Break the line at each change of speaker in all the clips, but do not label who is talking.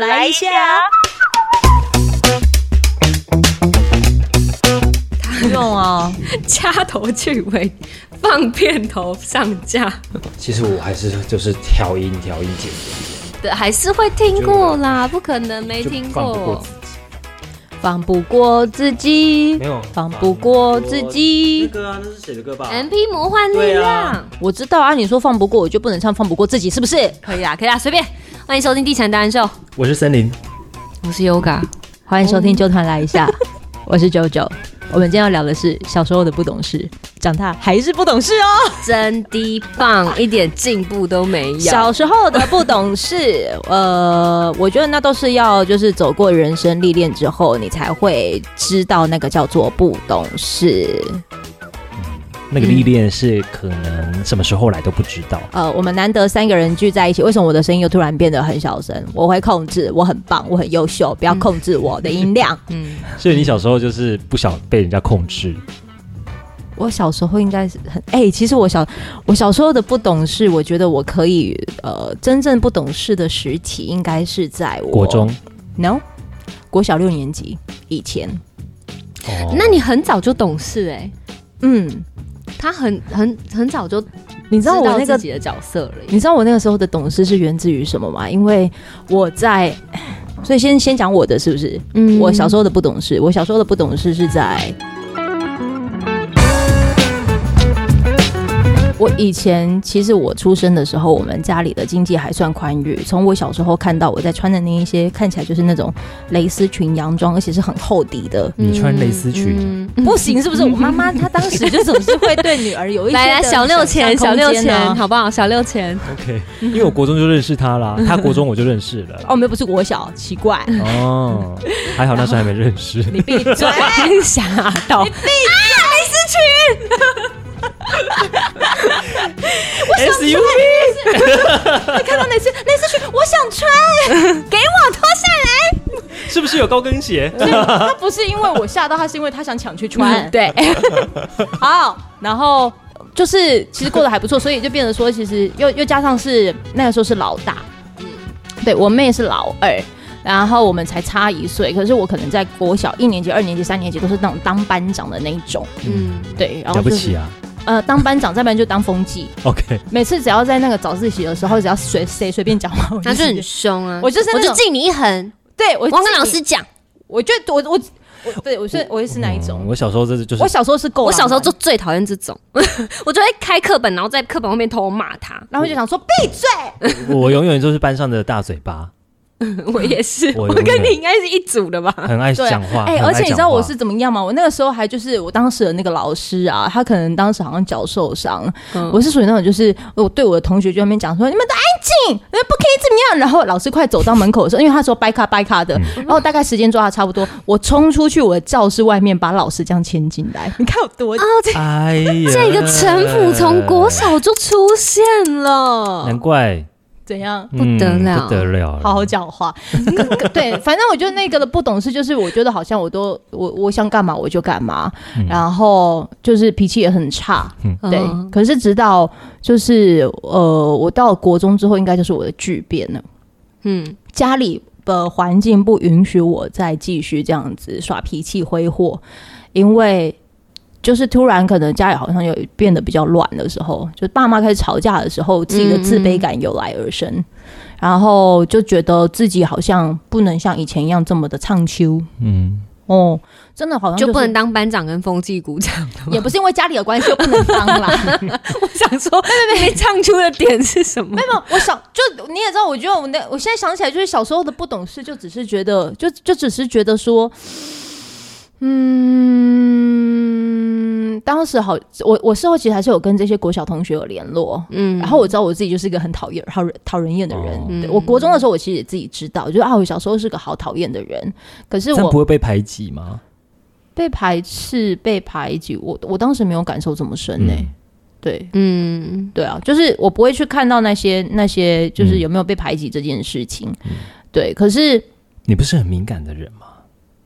来一下。用哦，
掐头去尾，放片头上架，
其实我还是就是调音调音剪
对，还是会听过啦，不可能没
辑，就
听
放不过
过
自。己。
放不过自己，
没有
放不过嗯自
那
己。
歌啊，那是谁的歌吧
M P 魔幻力
对
量、
啊
我知道啊，你说放不过，我就不能唱放不过自己，是不是？
可以啦，可以啦，随便。欢迎收听《地产达人秀》，
我是森林，
我是 Yoga。
欢迎收听《纠团来一下》， 我是九九。我们今天要聊的是小时候的不懂事，长大还是不懂事哦。
真的棒，一点进步都没有。
小时候的不懂事， 呃，我觉得那都是要就是走过人生历练之后，你才会知道那个叫做不懂事。
那个历练是可能什么时候来都不知道。
呃，我们难得三个人聚在一起，为什么我的声音又突然变得很小声？我会控制，我很棒，我很优秀，不要控制我的音量。
嗯，
所以你小时候就是不想被人家控制，
我小时候应该是很 哎、其实我小我小时候的不懂事，我觉得我可以呃，真正不懂事的时期应该是在我
国中。
no 国小六年级以前，
哦
那你很早就懂事哎、
嗯。
他很很很早就
你
知
知道
道
我那个
自己的角色了耶。
你知道我那个时候的懂事是源自于什么吗？因为我在，所以先先讲我的是不是？
嗯
我小时候的不懂事，我小时候的不懂事是在。我以前其实我出生的时候，我们家里的经济还算宽裕。从我小时候看到我在穿的那一些看起来就是那种蕾丝裙、洋装，而且是很厚底的，
你穿蕾丝裙，
嗯
不行是不是？我妈妈她当时就总是会对女儿有一些
来来，
的
小六钱，小
想象
六
空间啊
钱，好不好？小六钱，
OK，因
嗯
为我国中就认识 他啦，他国中我就认识了。
哦，没有不是国小，奇怪。
哦，还好那时候还没认识。
你闭嘴！
吓到！
哎
SUV
看到蕾丝蕾丝裙，我想穿，给我脱下
是不是有高跟鞋？
来。他不是因为我吓到，他是因为他想抢去穿。
嗯，对，
好，然后就是其实过得还不错，所以就变得说，其实又又加上是那个时候是老大，嗯，对我妹是老二。然后我们才差一岁，可是我可能在国小一年级、二年级、三年级都是那种当班长的那一种，
嗯，
对，然后
了不
就是
起啊
呃，当班长，再不然就当风纪。
！OK，
每次只要在那个早自习的时候，只要谁谁随便讲话，我
他就
直
很
接
凶啊！
我就是那
我
种
就敬你一横，
对我
我要跟
自己
老师讲，
我觉得我我我对我是我是哪一
嗯
种？
我小时候这就是
我小时候是够，
我小时候就，最讨厌这种， 我就会开课本，然后在课本后面偷骂 他。
然后就想说闭嘴。
我永远都是班上的大嘴巴，
我也是，
我
我
有
跟
那个
你应该是一组的吧？
很爱讲话。
哎、
很爱
而且你知
讲
道
话
我是怎么样吗？我那个时候还就是我当时的那个老师啊，他可能当时好像脚受伤，
嗯
我是属于那种就是我对我的同学就在那边讲说你们都安静，你们不可以怎么样。然后老师快走到门口的时候，因为他说掰卡掰卡的，
嗯
然后大概时间抓的差不多，我冲出去我的教室外面把老师这样牵进来，你看我多
哦，这
哎呀，
这个城府从国
啊
小就出现了
难，怪
怎样。
不
得了
不得了，
好好 讲话。对，反正我觉得那个的不懂事，就是我觉得好像我都我我想干嘛我就干嘛，
嗯
然后就是脾气也很差，对。
嗯
可是直到就是呃，我到国中之后，应该就是我的巨变了，
嗯，
家里的环境不允许我再继续这样子耍脾气挥霍，因为。就是突然可能家里好像有变得比较乱的时候，就爸妈开始吵架的时候，自己的自卑感由来而生，
嗯
然后就觉得自己好像不能像以前一样这么的唱秋
嗯，
哦，真的好像、、
就是不能，当班长跟风纪股 长的吗？
也不是因为家里的关系就不能当啦。
我想 说，你没唱出的点是什么？
没有，我想就你也知道，我觉得我那我现在想起来，就是小时候的不懂事，就只是觉得，就就只是觉得说，嗯，当时好，我我事后其实还是有跟这些国小同学有联络。
嗯
然后我知道我自己就是一个很讨厌、讨人讨人厌的人。
哦
对我国中的时候，我其实也自己知道，就是啊，我小时候是个好讨厌的人。可是
这样不
我
会被排挤吗？
被排斥、被排挤，我我当时没有感受这么深呢、对，
嗯，
对啊，就是我不会去看到那些那些，就是有没有被排挤这件事情。对，可是
你不是很敏感的人吗？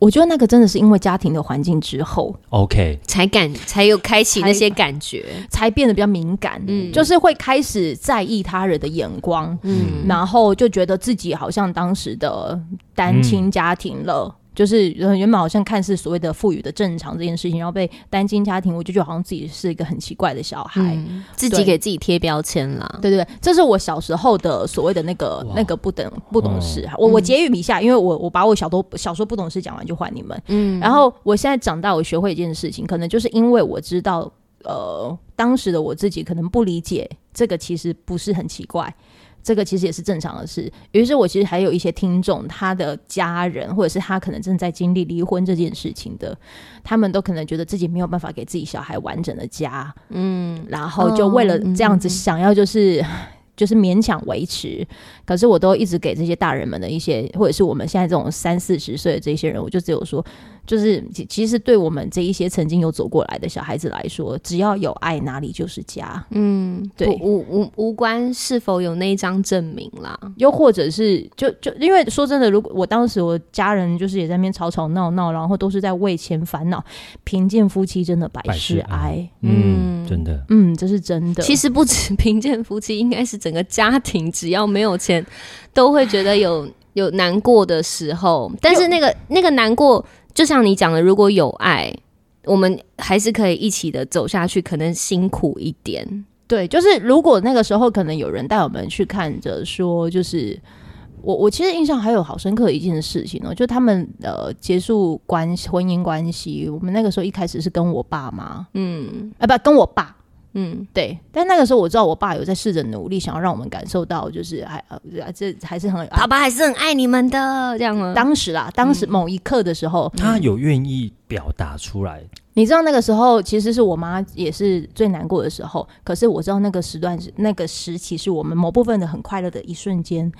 我觉得那个真的是因为家庭的环境之后，
OK，
才感才有开启那些感觉，
才变得比较敏感，
嗯
就是会开始在意他人的眼光，
嗯，
然后就觉得自己好像当时的单亲家庭了。
嗯
就是呃原本好像看似所谓的赋予的正常这件事情，然后被单亲家庭，我就觉得好像自己是一个很奇怪的小孩。
嗯自己
对
给自己贴标签啦。
对对对，这是我小时候的所谓的那个
哇
那个不懂不懂事。我我结语一下，因为我我把我小多小时候不懂事讲完就换你们。
嗯，
然后我现在长大，我学会一件事情，可能就是因为我知道，呃，当时的我自己可能不理解这个，其实不是很奇怪。这个其实也是正常的事。于是我其实还有一些听众，他的家人或者是他可能正在经历离婚这件事情的，他们都可能觉得自己没有办法给自己小孩完整的家，
嗯，
然后就为了这样子想要就是。 就是勉强维持，可是我都一直给这些大人们的一些，或者是我们现在这种三四十岁的这些人，我就只有说，就是其其实对我们这一些曾经有走过来的小孩子来说，只要有爱，哪里就是家。
嗯，
对
不无无无关是否有那一张证明啦。
又或者是就就因为说真的，如果我当时我家人就是也在那边吵吵闹闹，然后都是在为钱烦恼，贫贱夫妻真的百
百
事
事
哀
哀。嗯，真的，
嗯，这是真的。
其实不止贫贱夫妻，应该是整个家庭，只要没有钱，都会觉得有 有难过的时候。但是那个那个难过，就像你讲的，如果有爱，我们还是可以一起的走下去，可能辛苦一点。
对，就是如果那个时候可能有人带我们去看着说，就是我我其实印象还有好深刻的一件事情哦，就他们呃结束关系婚姻关系，我们那个时候一开始是跟我爸妈，
嗯
啊不跟我爸。
嗯，
对，但那个时候我知道我爸有在试着努力，想要让我们感受到，就是还呃啊这还是很、
爸爸还是很爱你们的，这样
嗯
吗？
当时啦，当时某一刻的时候，
他有愿意表达出来，
你知道那个时候其实是我妈也是最难过的时候，可是我知道那个时段是那个时期是我们某部分的很快乐的一瞬间。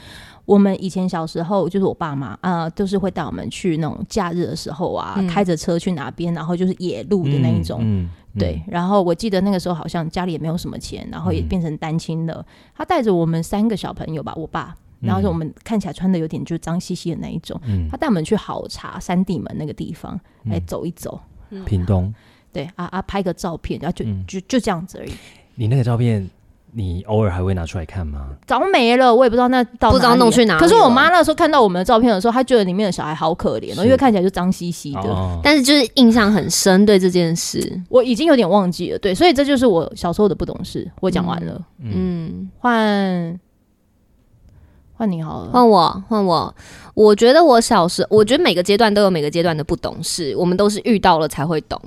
我们以前小时候就是我爸妈啊、呃就是会带我们去那种假日的时候啊，
嗯
开着车去哪边，然后就是野路的那一种。
嗯，嗯
对，，然后我记得那个时候好像家里也没有什么钱，然后也
嗯
变成单亲了。他带着我们三个小朋友吧，我爸，然后是我们看起来穿的有点就脏兮兮的那一种，
嗯
他带我们去好茶山地门那个地方来
嗯
走一走。
嗯，屏东，
对啊啊，拍个照片，然后就、
嗯
就就这样子而已，
你那个照片，你偶尔还会拿出来看吗？
早没了，我也不知道那到
不知道
哪里
弄去哪里
可是我
了
妈那时候看到我们的照片的时候，她觉得里面的小孩好可怜哦，
是
因为看起来就脏兮兮的。
哦
但是就是印象很深，对这件事，
我已经有点忘记了，对，所以这就是我小时候的不懂事。我讲完了，
嗯
嗯
换换你好了。
换我，换我。我觉得我小时，我觉得每个阶段都有每个阶段的不懂事，我们都是遇到了才会懂，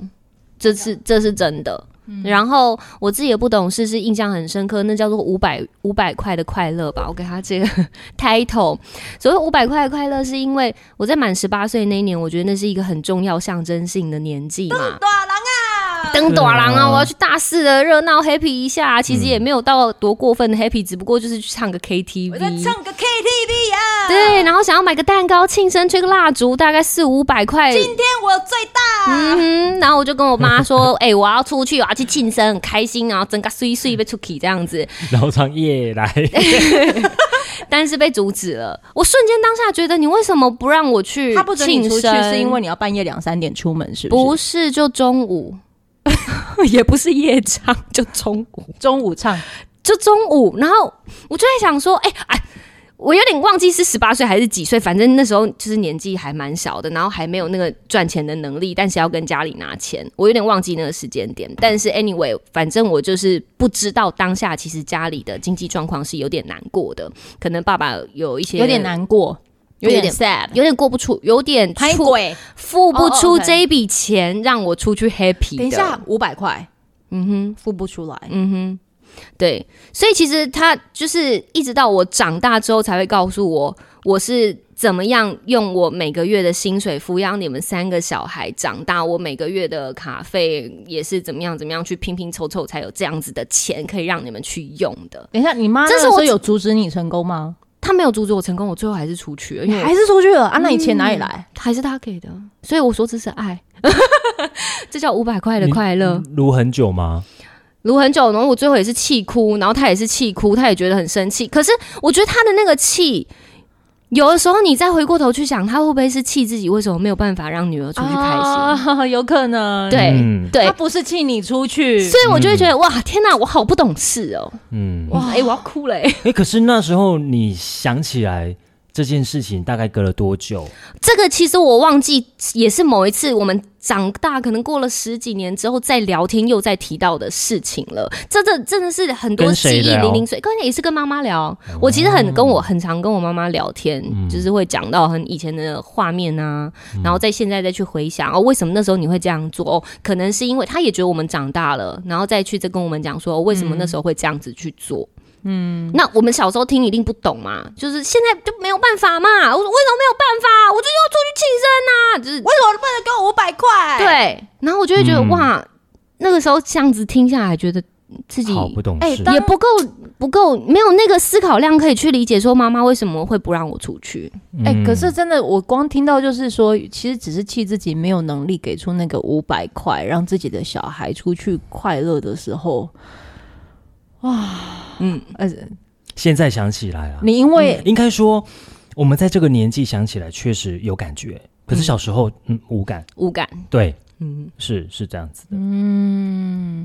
这是啊嗯这是真的。然后我自己的不懂事是印象很深刻，那叫做五百五百块的快乐吧，我给他这个 title。所谓五百块的快乐，是因为我在满十八岁那一年，我觉得那是一个很重要象征性的年纪嘛。登短郎
对
啊，
啊
我要去大四的热闹 happy 一下、其实也没有到多过分的 happy，只不过就是去唱个 KTV。
个 KTV 呀、
对，然后想要买个蛋糕庆生，吹个蜡烛，大概四五百块。
天我最大。
嗯哼，然后我就跟我妈说：“哎、我要出去，我要去庆生，很开心，然后整个碎碎被出去这样子。
然后唱夜来，”
但是被阻止了。我瞬间当下觉得，你为什么不让我去庆生？
他不准你出去，是因为你要半夜两三点出门，是
不
是？
是就中 午，也不是夜场，就中午。
不，中午唱
就中午，然后我就在想说，哎、哎，我有点忘记是十八岁还是几岁，反正那时候就是年纪还蛮小的，然后还没有那个赚钱的能力，但是要跟家里拿钱，我有点忘记那个时间点。但是 anyway，反正我就是不知道当下其实家里的经济状况是有点难过的，可能爸爸有一些
有点，难过，有
有
点
点
sad，
有点过不出，有点
拍
出
鬼。
付不
哦
出
，OK
这一笔钱让我出去 happy 的。
等一下，五百块
嗯哼。
付不出来，
嗯哼，对，所以其实他就是一直到我长大之后才会告诉我，我是怎么样用我每个月的薪水抚养你们三个小孩长大，我每个月的卡费也是怎么样怎么样去拼拼凑凑，才有这样子的钱可以让你们去用的。
等一下，你妈那
这
个
是
时
我
候有阻止你成功吗？
他没有阻止我成功，我最后还是出去了，因
你
为我
还是出去了啊？那你钱哪里来？
还是他给的，所以我说 这是爱。这叫五百块的
你
快乐，
撸很久吗？
撸很久，然后我最后也是气哭，然后他也是气哭，他也觉得很生气。可是我觉得他的那个气，有的时候你再回过头去想，他会不会是气自己为什么没有办法让女儿出去开心？
啊 有可能。
对、
嗯
对
他，不是气你出去，
所以我就会觉得、哇，天哪，我好不懂事哦！
嗯，
哇，哎、我要哭了、哎
哎，可是那时候你想起来这件事情，大概隔了多久？
这个其实我忘记，也是某一次我们长大，可能过了十几年之后再聊天，又再提到的事情了。这这真的是很多
跟
记
谁
忆
聊
零零碎，刚才也是跟妈妈聊。
哦
我其实很跟我很常跟我妈妈聊天，
嗯
就是会讲到很以前的画面啊，然后在现在再去回想哦，为什么那时候你会这样做？哦，可能是因为她也觉得我们长大了，然后再去再跟我们讲说、哦为什么那
嗯
时候会这样子去做。嗯，那我们小时候听一定不懂嘛，就是现在就没有办法嘛。我说为什么没有办法？我就要出去庆生啊，就是
为什么不能给我五百块？，
对。然后我就会觉得、
嗯
哇，那个时候这样子听下来，觉得自己
好不懂
哎
事，
当
也不够不够，没有那个思考量可以去理解说妈妈为什么会不让我出去。
哎、
嗯
可是真的，我光听到就是说，其实只是气自己没有能力给出那个五百块，让自己的小孩出去快乐的时候，
嗯，
呃，
现在想起来了，
你因为、
应该说我们在这个年纪想起来确实有感觉，可是小时候嗯无感，
无感。
对，
嗯，
是是这样子的，嗯，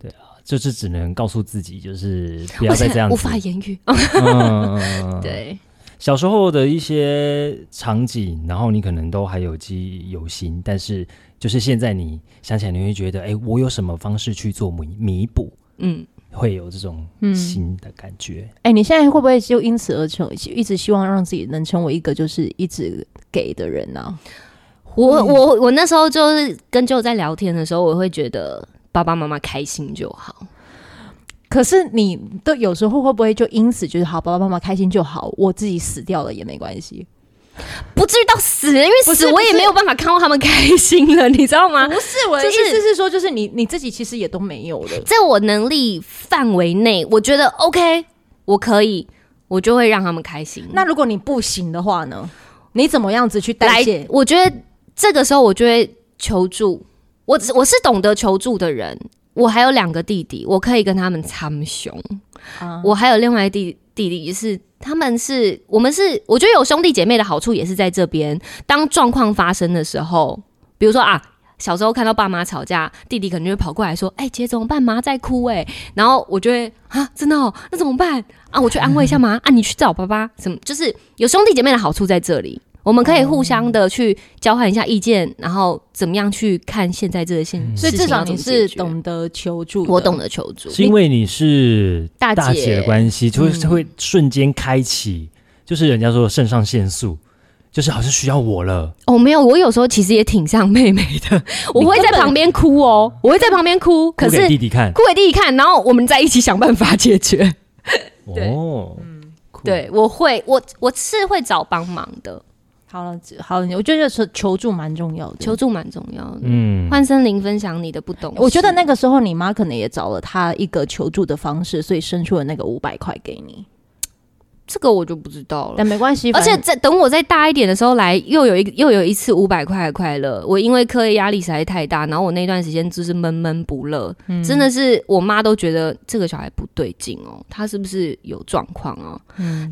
对啊，就是只能告诉自己，就是不要
我
再
现
这样
在
子，
无法言语。
嗯，
对，
小时候的一些场景，然后你可能都还有记忆犹新，但是就是现在你想起来，你会觉得，哎，我有什么方式去做弥弥补，
嗯，
会有这种
嗯
新的感觉，
哎、你现在会不会就因此而成，一直希望让自己能成为一个就是一直给的人啊呢、
我我我那时候就是跟舅在聊天的时候，我会觉得爸爸妈妈开心就好。
可是你都有时候会不会就因此就是好，爸爸妈妈开心就好，我自己死掉了也没关系？
不至于到死，因为
不
死
是
我也
不是
没有办法看到他们开心了，你知道吗？
是我
就
意
是
思是说，就是你你自己其实也都没有了。
在我能力范围内，我觉得 OK，我可以，我就会让他们开心。
那如果你不行的话呢？你怎么样子去代
来
谢，？
我觉得这个时候我就会求助，我只我是懂得求助的人。我还有两个弟弟，我可以跟他们参雄。
啊
我还有另外一弟弟弟是，他们是我们是，我觉得有兄弟姐妹的好处也是在这边。当状况发生的时候，比如说啊，小时候看到爸妈吵架，弟弟可能就会跑过来说：“哎、姐怎么办？妈在哭哎、然后我就会啊，真的哦，那怎么办啊？我去安慰一下 妈啊，你去找爸爸。什么就是有兄弟姐妹的好处在这里。我们可以互相的去交换一下意见，然后怎么样去看现在这个现，
嗯
所以至
事情要
少
怎
你
么解
是
决，
懂得求助，
我懂。得求助。
是因为你是
大姐嗯
大姐的关系，就会就会瞬间开启，就是人家说的肾上腺素，就是好像需要我了，
哦，没有，我有时候其实也挺像妹妹 的，我会在旁边哭哦，我会在旁边哭，可
哭
是
给弟弟看
哭给弟弟看，然后我们再一起想办法解决。对嗯
哦，酷，
对，我会，我我是会找帮忙的，
好了，好，我觉得求求助蛮重要的。
求，助蛮重要的。
嗯，
换森林分享你的不懂事，
我觉得那个时候你妈可能也找了她一个求助的方式，所以生出了那个五百块给你，
这个我就不知道了。
但没关系，
而且
反正
在等我再大一点的时候来，又有一又有一次五百块的快乐。我因为课业压力实在太大，然后我那段时间就是闷闷不乐，真的是我妈都觉得这个小孩不对劲哦，他是不是有状况哦？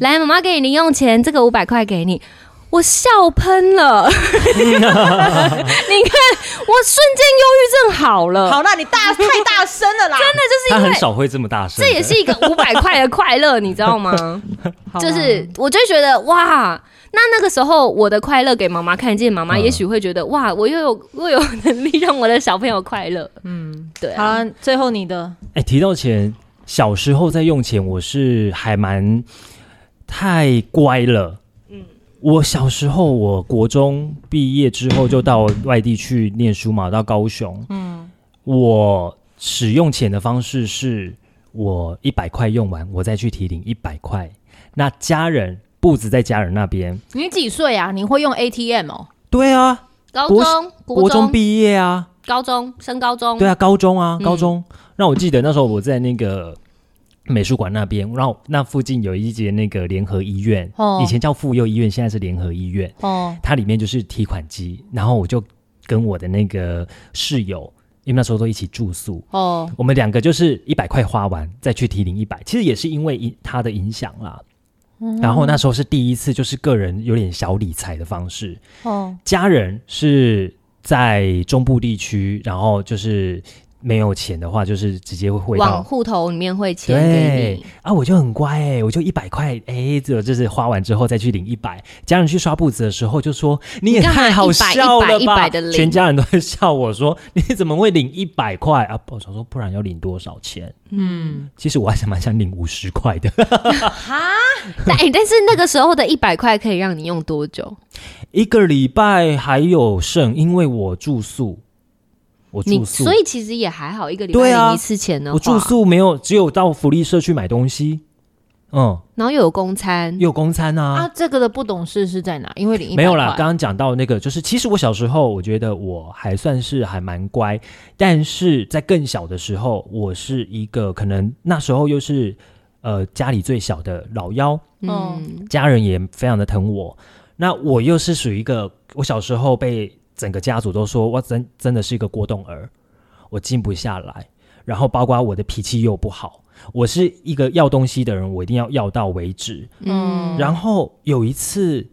来，妈妈给你零用钱，这个五百块给你。我笑喷了，你 看我瞬间忧郁症好了，
好，那你大太大声了 啦，真
他很少会这么大声
这
的，
也是一个五百块的快乐，你知道 吗？
的
啊
就是我就觉得哇，那那个时候我的快乐给妈妈看见，妈妈
嗯
也许会觉得、哇，我又有我有能力让我的小朋友快乐。嗯，对
好
啊，
了，最后你的
哎、提到钱，小时候在用钱，我是还蛮太乖了。我小时候，我国中毕业之后就到外地去念书嘛，到高雄。嗯，我使用钱的方式是，我一百块用完，我再去提领一百块。那家人不止在家人那边，
你几岁啊？你会用 ATM 哦？
对啊，
高
国
中、国
国中
中、
毕业啊，
高中升高中，
对啊，高中啊，
嗯
高中。那我记得那时候我在那个美术馆那边，然后那附近有一间那个联合医院，
哦
以前叫妇幼医院，现在是联合医院。
哦，
它里面就是提款机，然后我就跟我的那个室友，因为那时候都一起住宿，
哦，
我们两个就是一百块花完再去提零一百，其实也是因为影它的影响啦。
嗯
然后那时候是第一次，就是个人有点小理财的方式。
哦，
家人是在中部地区，然后就是没有钱的话，就是直接会汇
往
到。
户头里面汇钱给
对
你，
啊，我就很乖哎、我就一百块哎，只有就是花完之后再去领一百。家人去刷步子的时候就说：“你也
干嘛
太好
100
笑了
100
吧！”
100的领
全家人都会笑我说：“你怎么会领一百块啊？”我想说，不然要领多少钱？
嗯，
其实我还想蛮想领五十 块的，
但、哎但是那个时候的一百块可以让你用多久？
一个礼拜还有剩，因为我住宿，我
你
住宿，
所以其实也还好，一个礼
对
拜
啊
领一次钱的话，
我住宿没有，只有到福利社去买东西，嗯，
然后又有公餐，
又有公餐啊，
啊，这个的不懂事是在哪？因为你
没有啦。刚刚讲到那个，就是其实我小时候，我觉得我还算是还蛮乖，但是在更小的时候，我是一个可能那时候又是呃家里最小的老幺，
嗯，
家人也非常的疼我。那我又是属于一个，我小时候被整个家族都说我真真的是一个过动儿，我静不下来，然后包括我的脾气又不好，我是一个要东西的人，我一定要要到为止。
嗯，
然后有一次，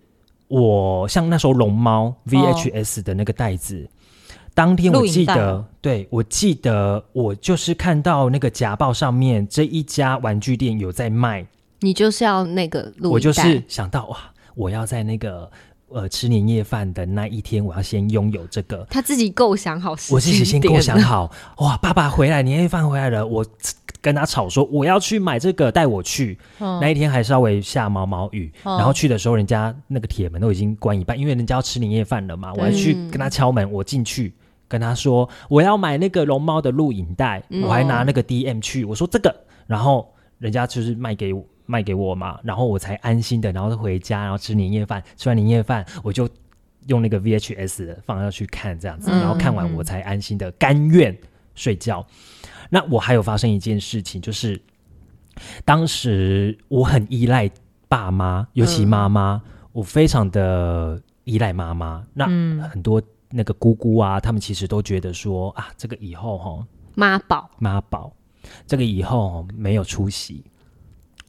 我像那时候龙猫 VHS 的那个袋子。当天我记
录
得，对我记得，我就是看到那个夹报上面这一家玩具店有在卖
你就是要那个录
我就
影带
是想到哇，我要在那个呃吃年夜饭的那一天，我要先拥有这个。
他自己构想好时
我自己
间
先
点
构想
了，
好，哇，爸爸回来，年夜饭回来了，我跟他吵说我要去买这个，带我去。
嗯
那一天还稍微下毛毛雨，
嗯
然后去的时候，人家那个铁门都已经关一半，因为人家要吃年夜饭了
嗯
嘛，我还去跟他敲门，我进去。跟他说我要买那个龙猫的录影带，
嗯
我还拿那个 DM 去，我说这个，然后人家就是卖给我卖给我嘛，然后我才安心的，然后回家，然后吃年夜饭，吃完年夜饭我就用那个 VHS 的放下去看这样子，
嗯
然后看完我才安心的甘愿睡觉。那我还有发生一件事情，就是当时我很依赖爸妈，尤其妈妈，我非常的依赖妈妈。那
嗯
很多那个姑姑啊，他们其实都觉得说啊，这个以后哈、
妈宝，
妈宝，这个以后没有出息。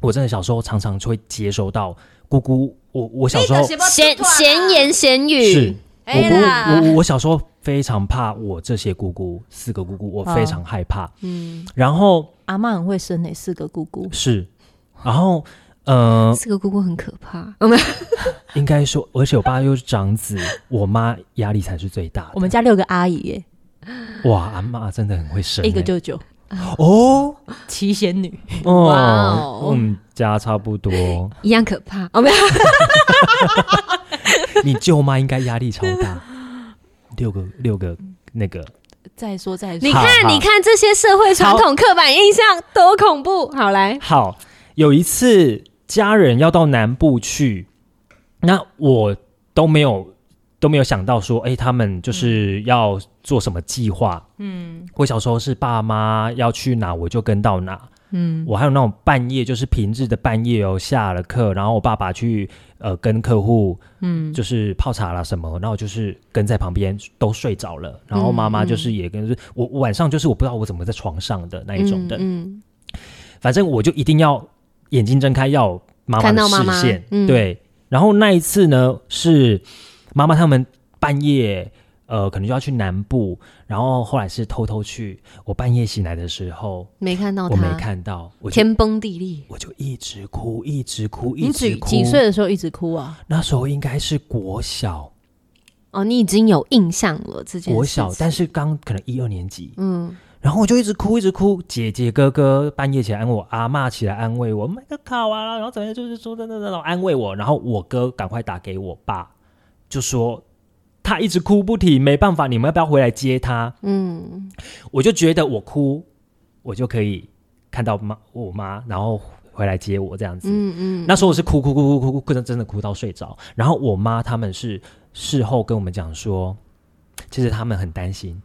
我真的小时候常常就会接收到姑姑，我我小时候
闲闲言闲语
是。我
啊哎
姑
啦
我我我小时候非常怕我这些姑姑，四个姑姑我非常害怕。
嗯，
然后
阿妈很会生诶、四个姑姑，
是，然后呃，
这个姑姑很可怕，哦我们
应该说，而且我爸又是 长子，我妈压力才是最大
我们家六个阿姨耶、
的。哇，阿妈真的很会生欸、
一个舅舅，
哦
七仙女，哇
哦
哦，
我们家差不多。
一样可怕，哦我们
你舅妈应该压力超大，六个六个那个
再说再说
你，
好
看，
好
你看这些社会传统刻板印象多恐怖！好来，
好，有一次家人要到南部去，那我都没有都没有想到说，哎、他们就是要做什么计划。
嗯
我小时候是爸妈要去哪，我就跟到哪。
嗯
我还有那种半夜，就是平日的半夜哦，下了课，然后我爸爸去呃跟客户
嗯，
就是泡茶啦什么，然后就是跟在旁边都睡着了，然后妈妈就是也跟、我我晚上就是我不知道我怎么在床上的那一种的，
嗯，
反正我就一定要眼睛睁开要有妈妈
看
的
到妈妈
视线，
嗯
对。然后那一次呢，是妈妈他们半夜呃可能就要去南部，然后后来是偷偷去，我半夜醒来的时候
没看到
我
哦他，
没看到，我就
天崩地裂，
我就一直哭，一直哭，一
你
直
几
哭。
几岁？的时候一直哭啊？
那时候应该是国小，
哦，你已经有印象了这件事情。
国小，但是刚可能一二年级，
嗯，
然后我就一直哭，一直哭。姐姐、哥哥半夜起来安慰我，阿嬷起来安慰我，买个考啊，然后怎么样，就是说等等等等安慰我。然后我哥赶快打给我爸，就说他一直哭不停，没办法，你们要不要回来接他？
嗯，
我就觉得我哭，我就可以看到妈我妈，然后回来接我这样子。
嗯嗯，
那时候我是哭哭哭哭哭哭，真的真的哭到睡着。然后我妈他们是事后跟我们讲说，其实他们很担心，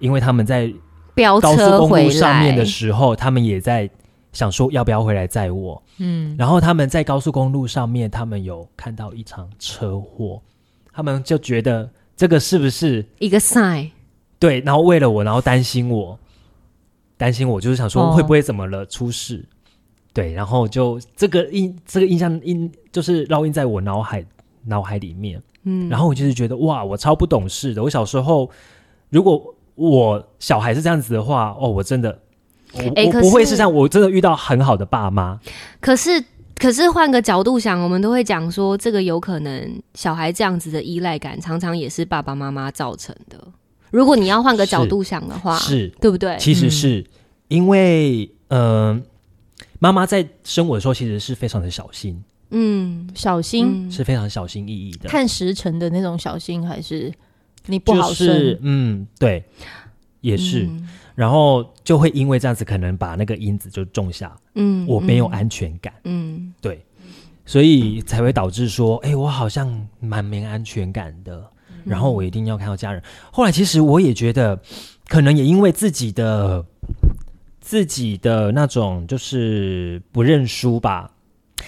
因为他们在
飙
高
哦车
速公
回
路上面
来
的时候，他们也在想说要不要回来载我。
嗯，
然后他们在高速公路上面，他们有看到一场车祸，他们就觉得这个是不是
一个 sign，
对？然后为了我，然后担心我，担心我就是想
哦
说会不会怎么了、出事？对，然后就这个印这个印象印就是烙印在我脑海脑海里面。嗯，然后我就是觉得哇，我超不懂事的。我小时候如果我小孩是这样子的话，哦，我真的。我、
哎可
我不会
是
是这样，我真的遇到很好的爸妈，
可是，可是换个角度想，我们都会讲说，这个有可能小孩这样子的依赖感，常常也是爸爸妈妈造成的。如果你要换个角度想的话，
是
对不对？嗯
其实是、因为，呃，妈妈在生我的时候其实是非常的小心，
嗯，
小心、
嗯
是非常小心翼翼的，
看时辰的那种小心，还是你不
就
好生？
是嗯，对，也是，
嗯
然后就会因为这样子，可能把那个因子就种下，
嗯
我没有，安全感，
嗯
对，所以才会导致说，哎、我好像蛮没安全感的，
嗯
然后我一定要看到家人。后来其实我也觉得，可能也因为自己的自己的那种就是不认输吧。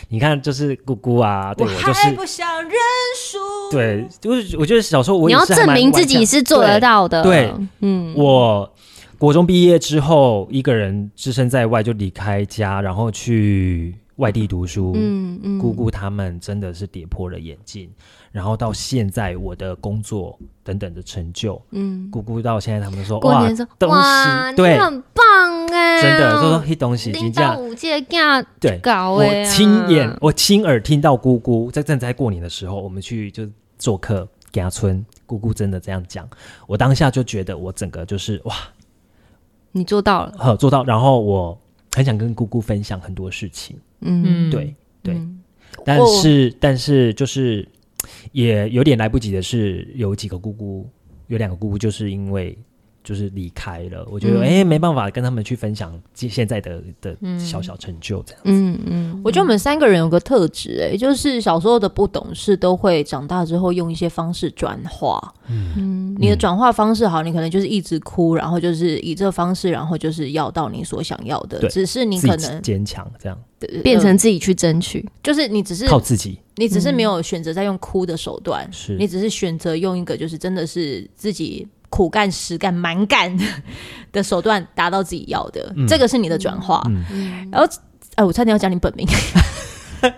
你看，就是姑姑啊，对我就是
想认输。
对，就是我觉得小时候我
你
也
要
是还
证
蛮
明自己
顽强
是做得到的。
对，
嗯，
我国中毕业之后，一个人置身在外，就离开家，然后去外地读书。
嗯嗯
姑姑他们真的是跌破了眼镜，然后到现在我的工作等等的成就，
嗯，
姑姑到现在他们说
过
哇
年的时候，
东
哇，
西
你
对，
很棒哎，
真的就说嘿东西已经
拎
这
到
样
五届干
对，
搞
我
哎，
亲眼我亲耳听到姑姑在正在过年的时候，我们去就做客给她村，姑姑真的这样讲，我当下就觉得我整个就是哇
你做到了，
呵做到，然后我很想跟姑姑分享很多事情，
嗯，
嗯，
对，对
嗯
但是、
哦
但是就是也有点来不及的是，有几个姑姑，有两个姑姑就是因为就是离开了，我觉得
嗯
哎、诶没办法跟他们去分享现现在的
嗯
的小小成就这样。
嗯嗯，
我觉得我们三个人有个特质、哎，就是小时候的不懂事，都会长大之后用一些方式转化。
嗯
你的转化方式好，你可能就是一直哭，然后就是以这方式，然后就是要到你所想要的。
对
只是你
自
可
己
能
坚强，这样
呃
变成自己去争取，
就是你只是
靠自己
你只是没有选择在用哭的手段，
是
你只是选择用一个就是真的是自己苦干、实干、蛮干的手段达到自己要的，
嗯
这个是你的转化。
嗯
然后，哎，我差点要讲你本名。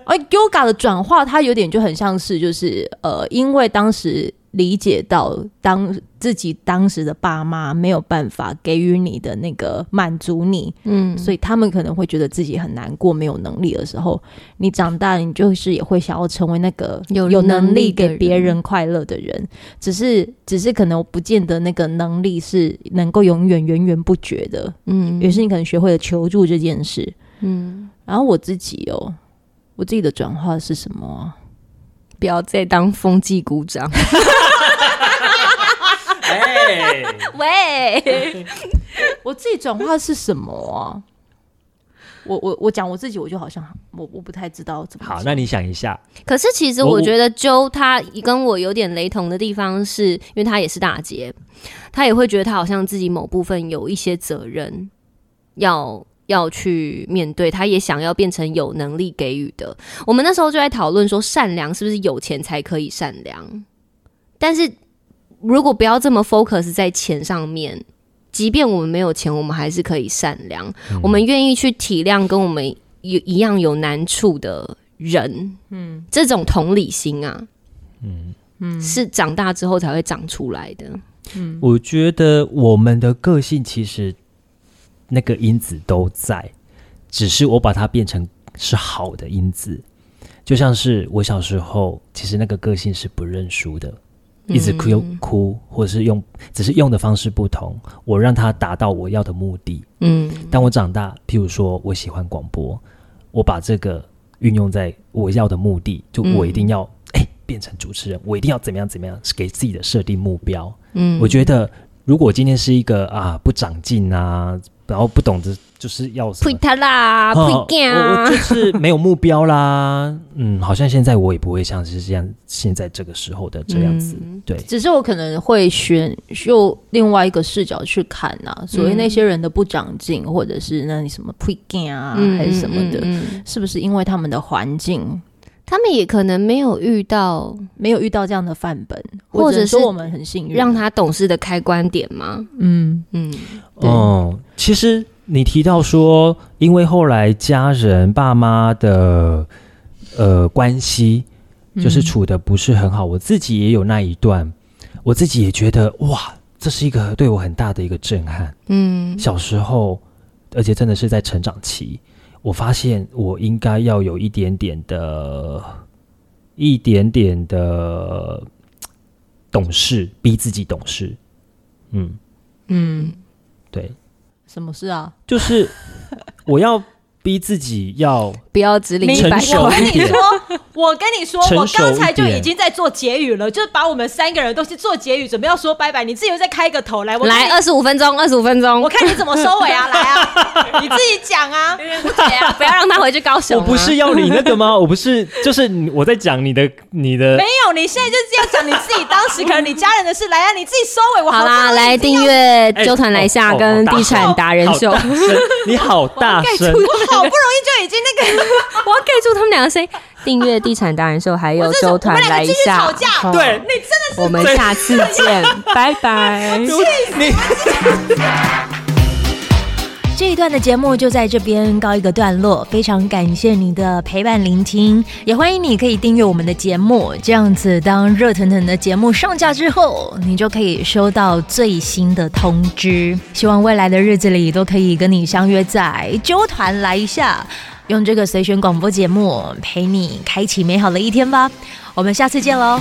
而 yoga 的转化，它有点就很像是就是呃，因为当时理解到当自己当时的爸妈没有办法给予你的那个满足你，
嗯，
所以他们可能会觉得自己很难过、没有能力的时候，你长大，你就是也会想要成为那个
有
有
能
能
力
力
的
给别
人
人快乐的人。只是，只是可能不见得那个能力是能够永远源源不绝的。
嗯
于是，你可能学会了求助这件事。
嗯，
然后我自己哦，我自己的转化是什么啊、
不要再当风纪鼓掌。
哎，
喂，
我自己转化是什么啊？我我我讲我自己，我就好像我我不太知道怎么
好，
讲
那你想一下，
可是其实
我
我觉得周他跟我有点雷同的地方是，因为他也是大姐，他也会觉得他好像自己某部分有一些责任要。要去面对，他也想要变成有能力给予的。我们那时候就在讨论说，善良是不是有钱才可以善良？但是如果不要这么 focus 在钱上面，即便我们没有钱，我们还是可以善良。我们愿意去体谅跟我们有一样有难处的人，嗯，这种同理心啊，嗯嗯，是长大之后才会长出来的。
我觉得我们的个性其实那个因子都在，只是我把它变成是好的因子。就像是我小时候，其实那个个性是不认输的，
嗯
一直哭哭，或者是用，只是用的方式不同，我让它达到我要的目的。
嗯，
当我长大，譬如说我喜欢广播，我把这个运用在我要的目的，就我一定要哎、变成主持人，我一定要怎么样怎么样，是给自己的设定目标。
嗯
我觉得如果我今天是一个啊不长进啊，然后不懂得就是要什
呸
么。
他啦，呸
哦
干
我我
啊
就，是没有目标啦，嗯，好像现在我也不会像是这样，现在这个时候的这样子，
嗯
对，
只是我可能会选用另外一个视角去看呐、所谓那些人的不长进，或者是那你什么 p r e g a m 啊，还是什么的，
嗯嗯嗯
是不是因为他们的环境
他们也可能没有遇到
没有遇到这样的范本，
或者
我只能说
是
我们很幸运，
让他懂事的开关点吗？
嗯，
嗯，
对
哦、其实你提到说，因为后来家人爸妈的呃关系，
嗯
嗯就是处的不是很好，我自己也有那一段，我自己也觉得哇，这是一个对我很大的一个震撼。
嗯，
小时候，而且真的是在成长期，我发现我应该要有一点点的、一点点的懂事，逼自己懂事。嗯，
嗯，
对，
什么事啊？
就是我要逼自己 要
不要只领
明
一
白
百
成熟
块
我，跟你
一点
说，我跟你说，我
成熟
刚才就
一点
已经在做结语了，就是把我们三个人都是做结语，准备要说拜拜，你自己又再开个头来，我看
来
你
二十五分钟，二十五分钟，
我看你怎么收尾啊，来啊，你自己讲 啊，
不要让他回去高雄、啊
我不是，要你那个 吗？我不是，就是你我在讲你的你的
没有，你现在就是这样讲，你自己当时可能你家人的事，来啊，你自己收尾，我
好啦，来订阅
哎
纠团来下
哦哦
跟
好大
地产达人秀，
好大声你好 大声，
我好不容易就已经那个，
我要盖住他们两个声音。订阅地产达人秀，还有
我这
纠团
我们两
来
个
一
继续
下，
吵架
好
对
你真的是
我们下次见，拜拜。
你。
这一段的节目就在这边告一个段落，非常感谢你的陪伴聆听，也欢迎你可以订阅我们的节目，这样子当热腾腾的节目上架之后，你就可以收到最新的通知。希望未来的日子里都可以跟你相约在纠团来一下，用这个随选广播节目陪你开启美好的一天吧。我们下次见喽，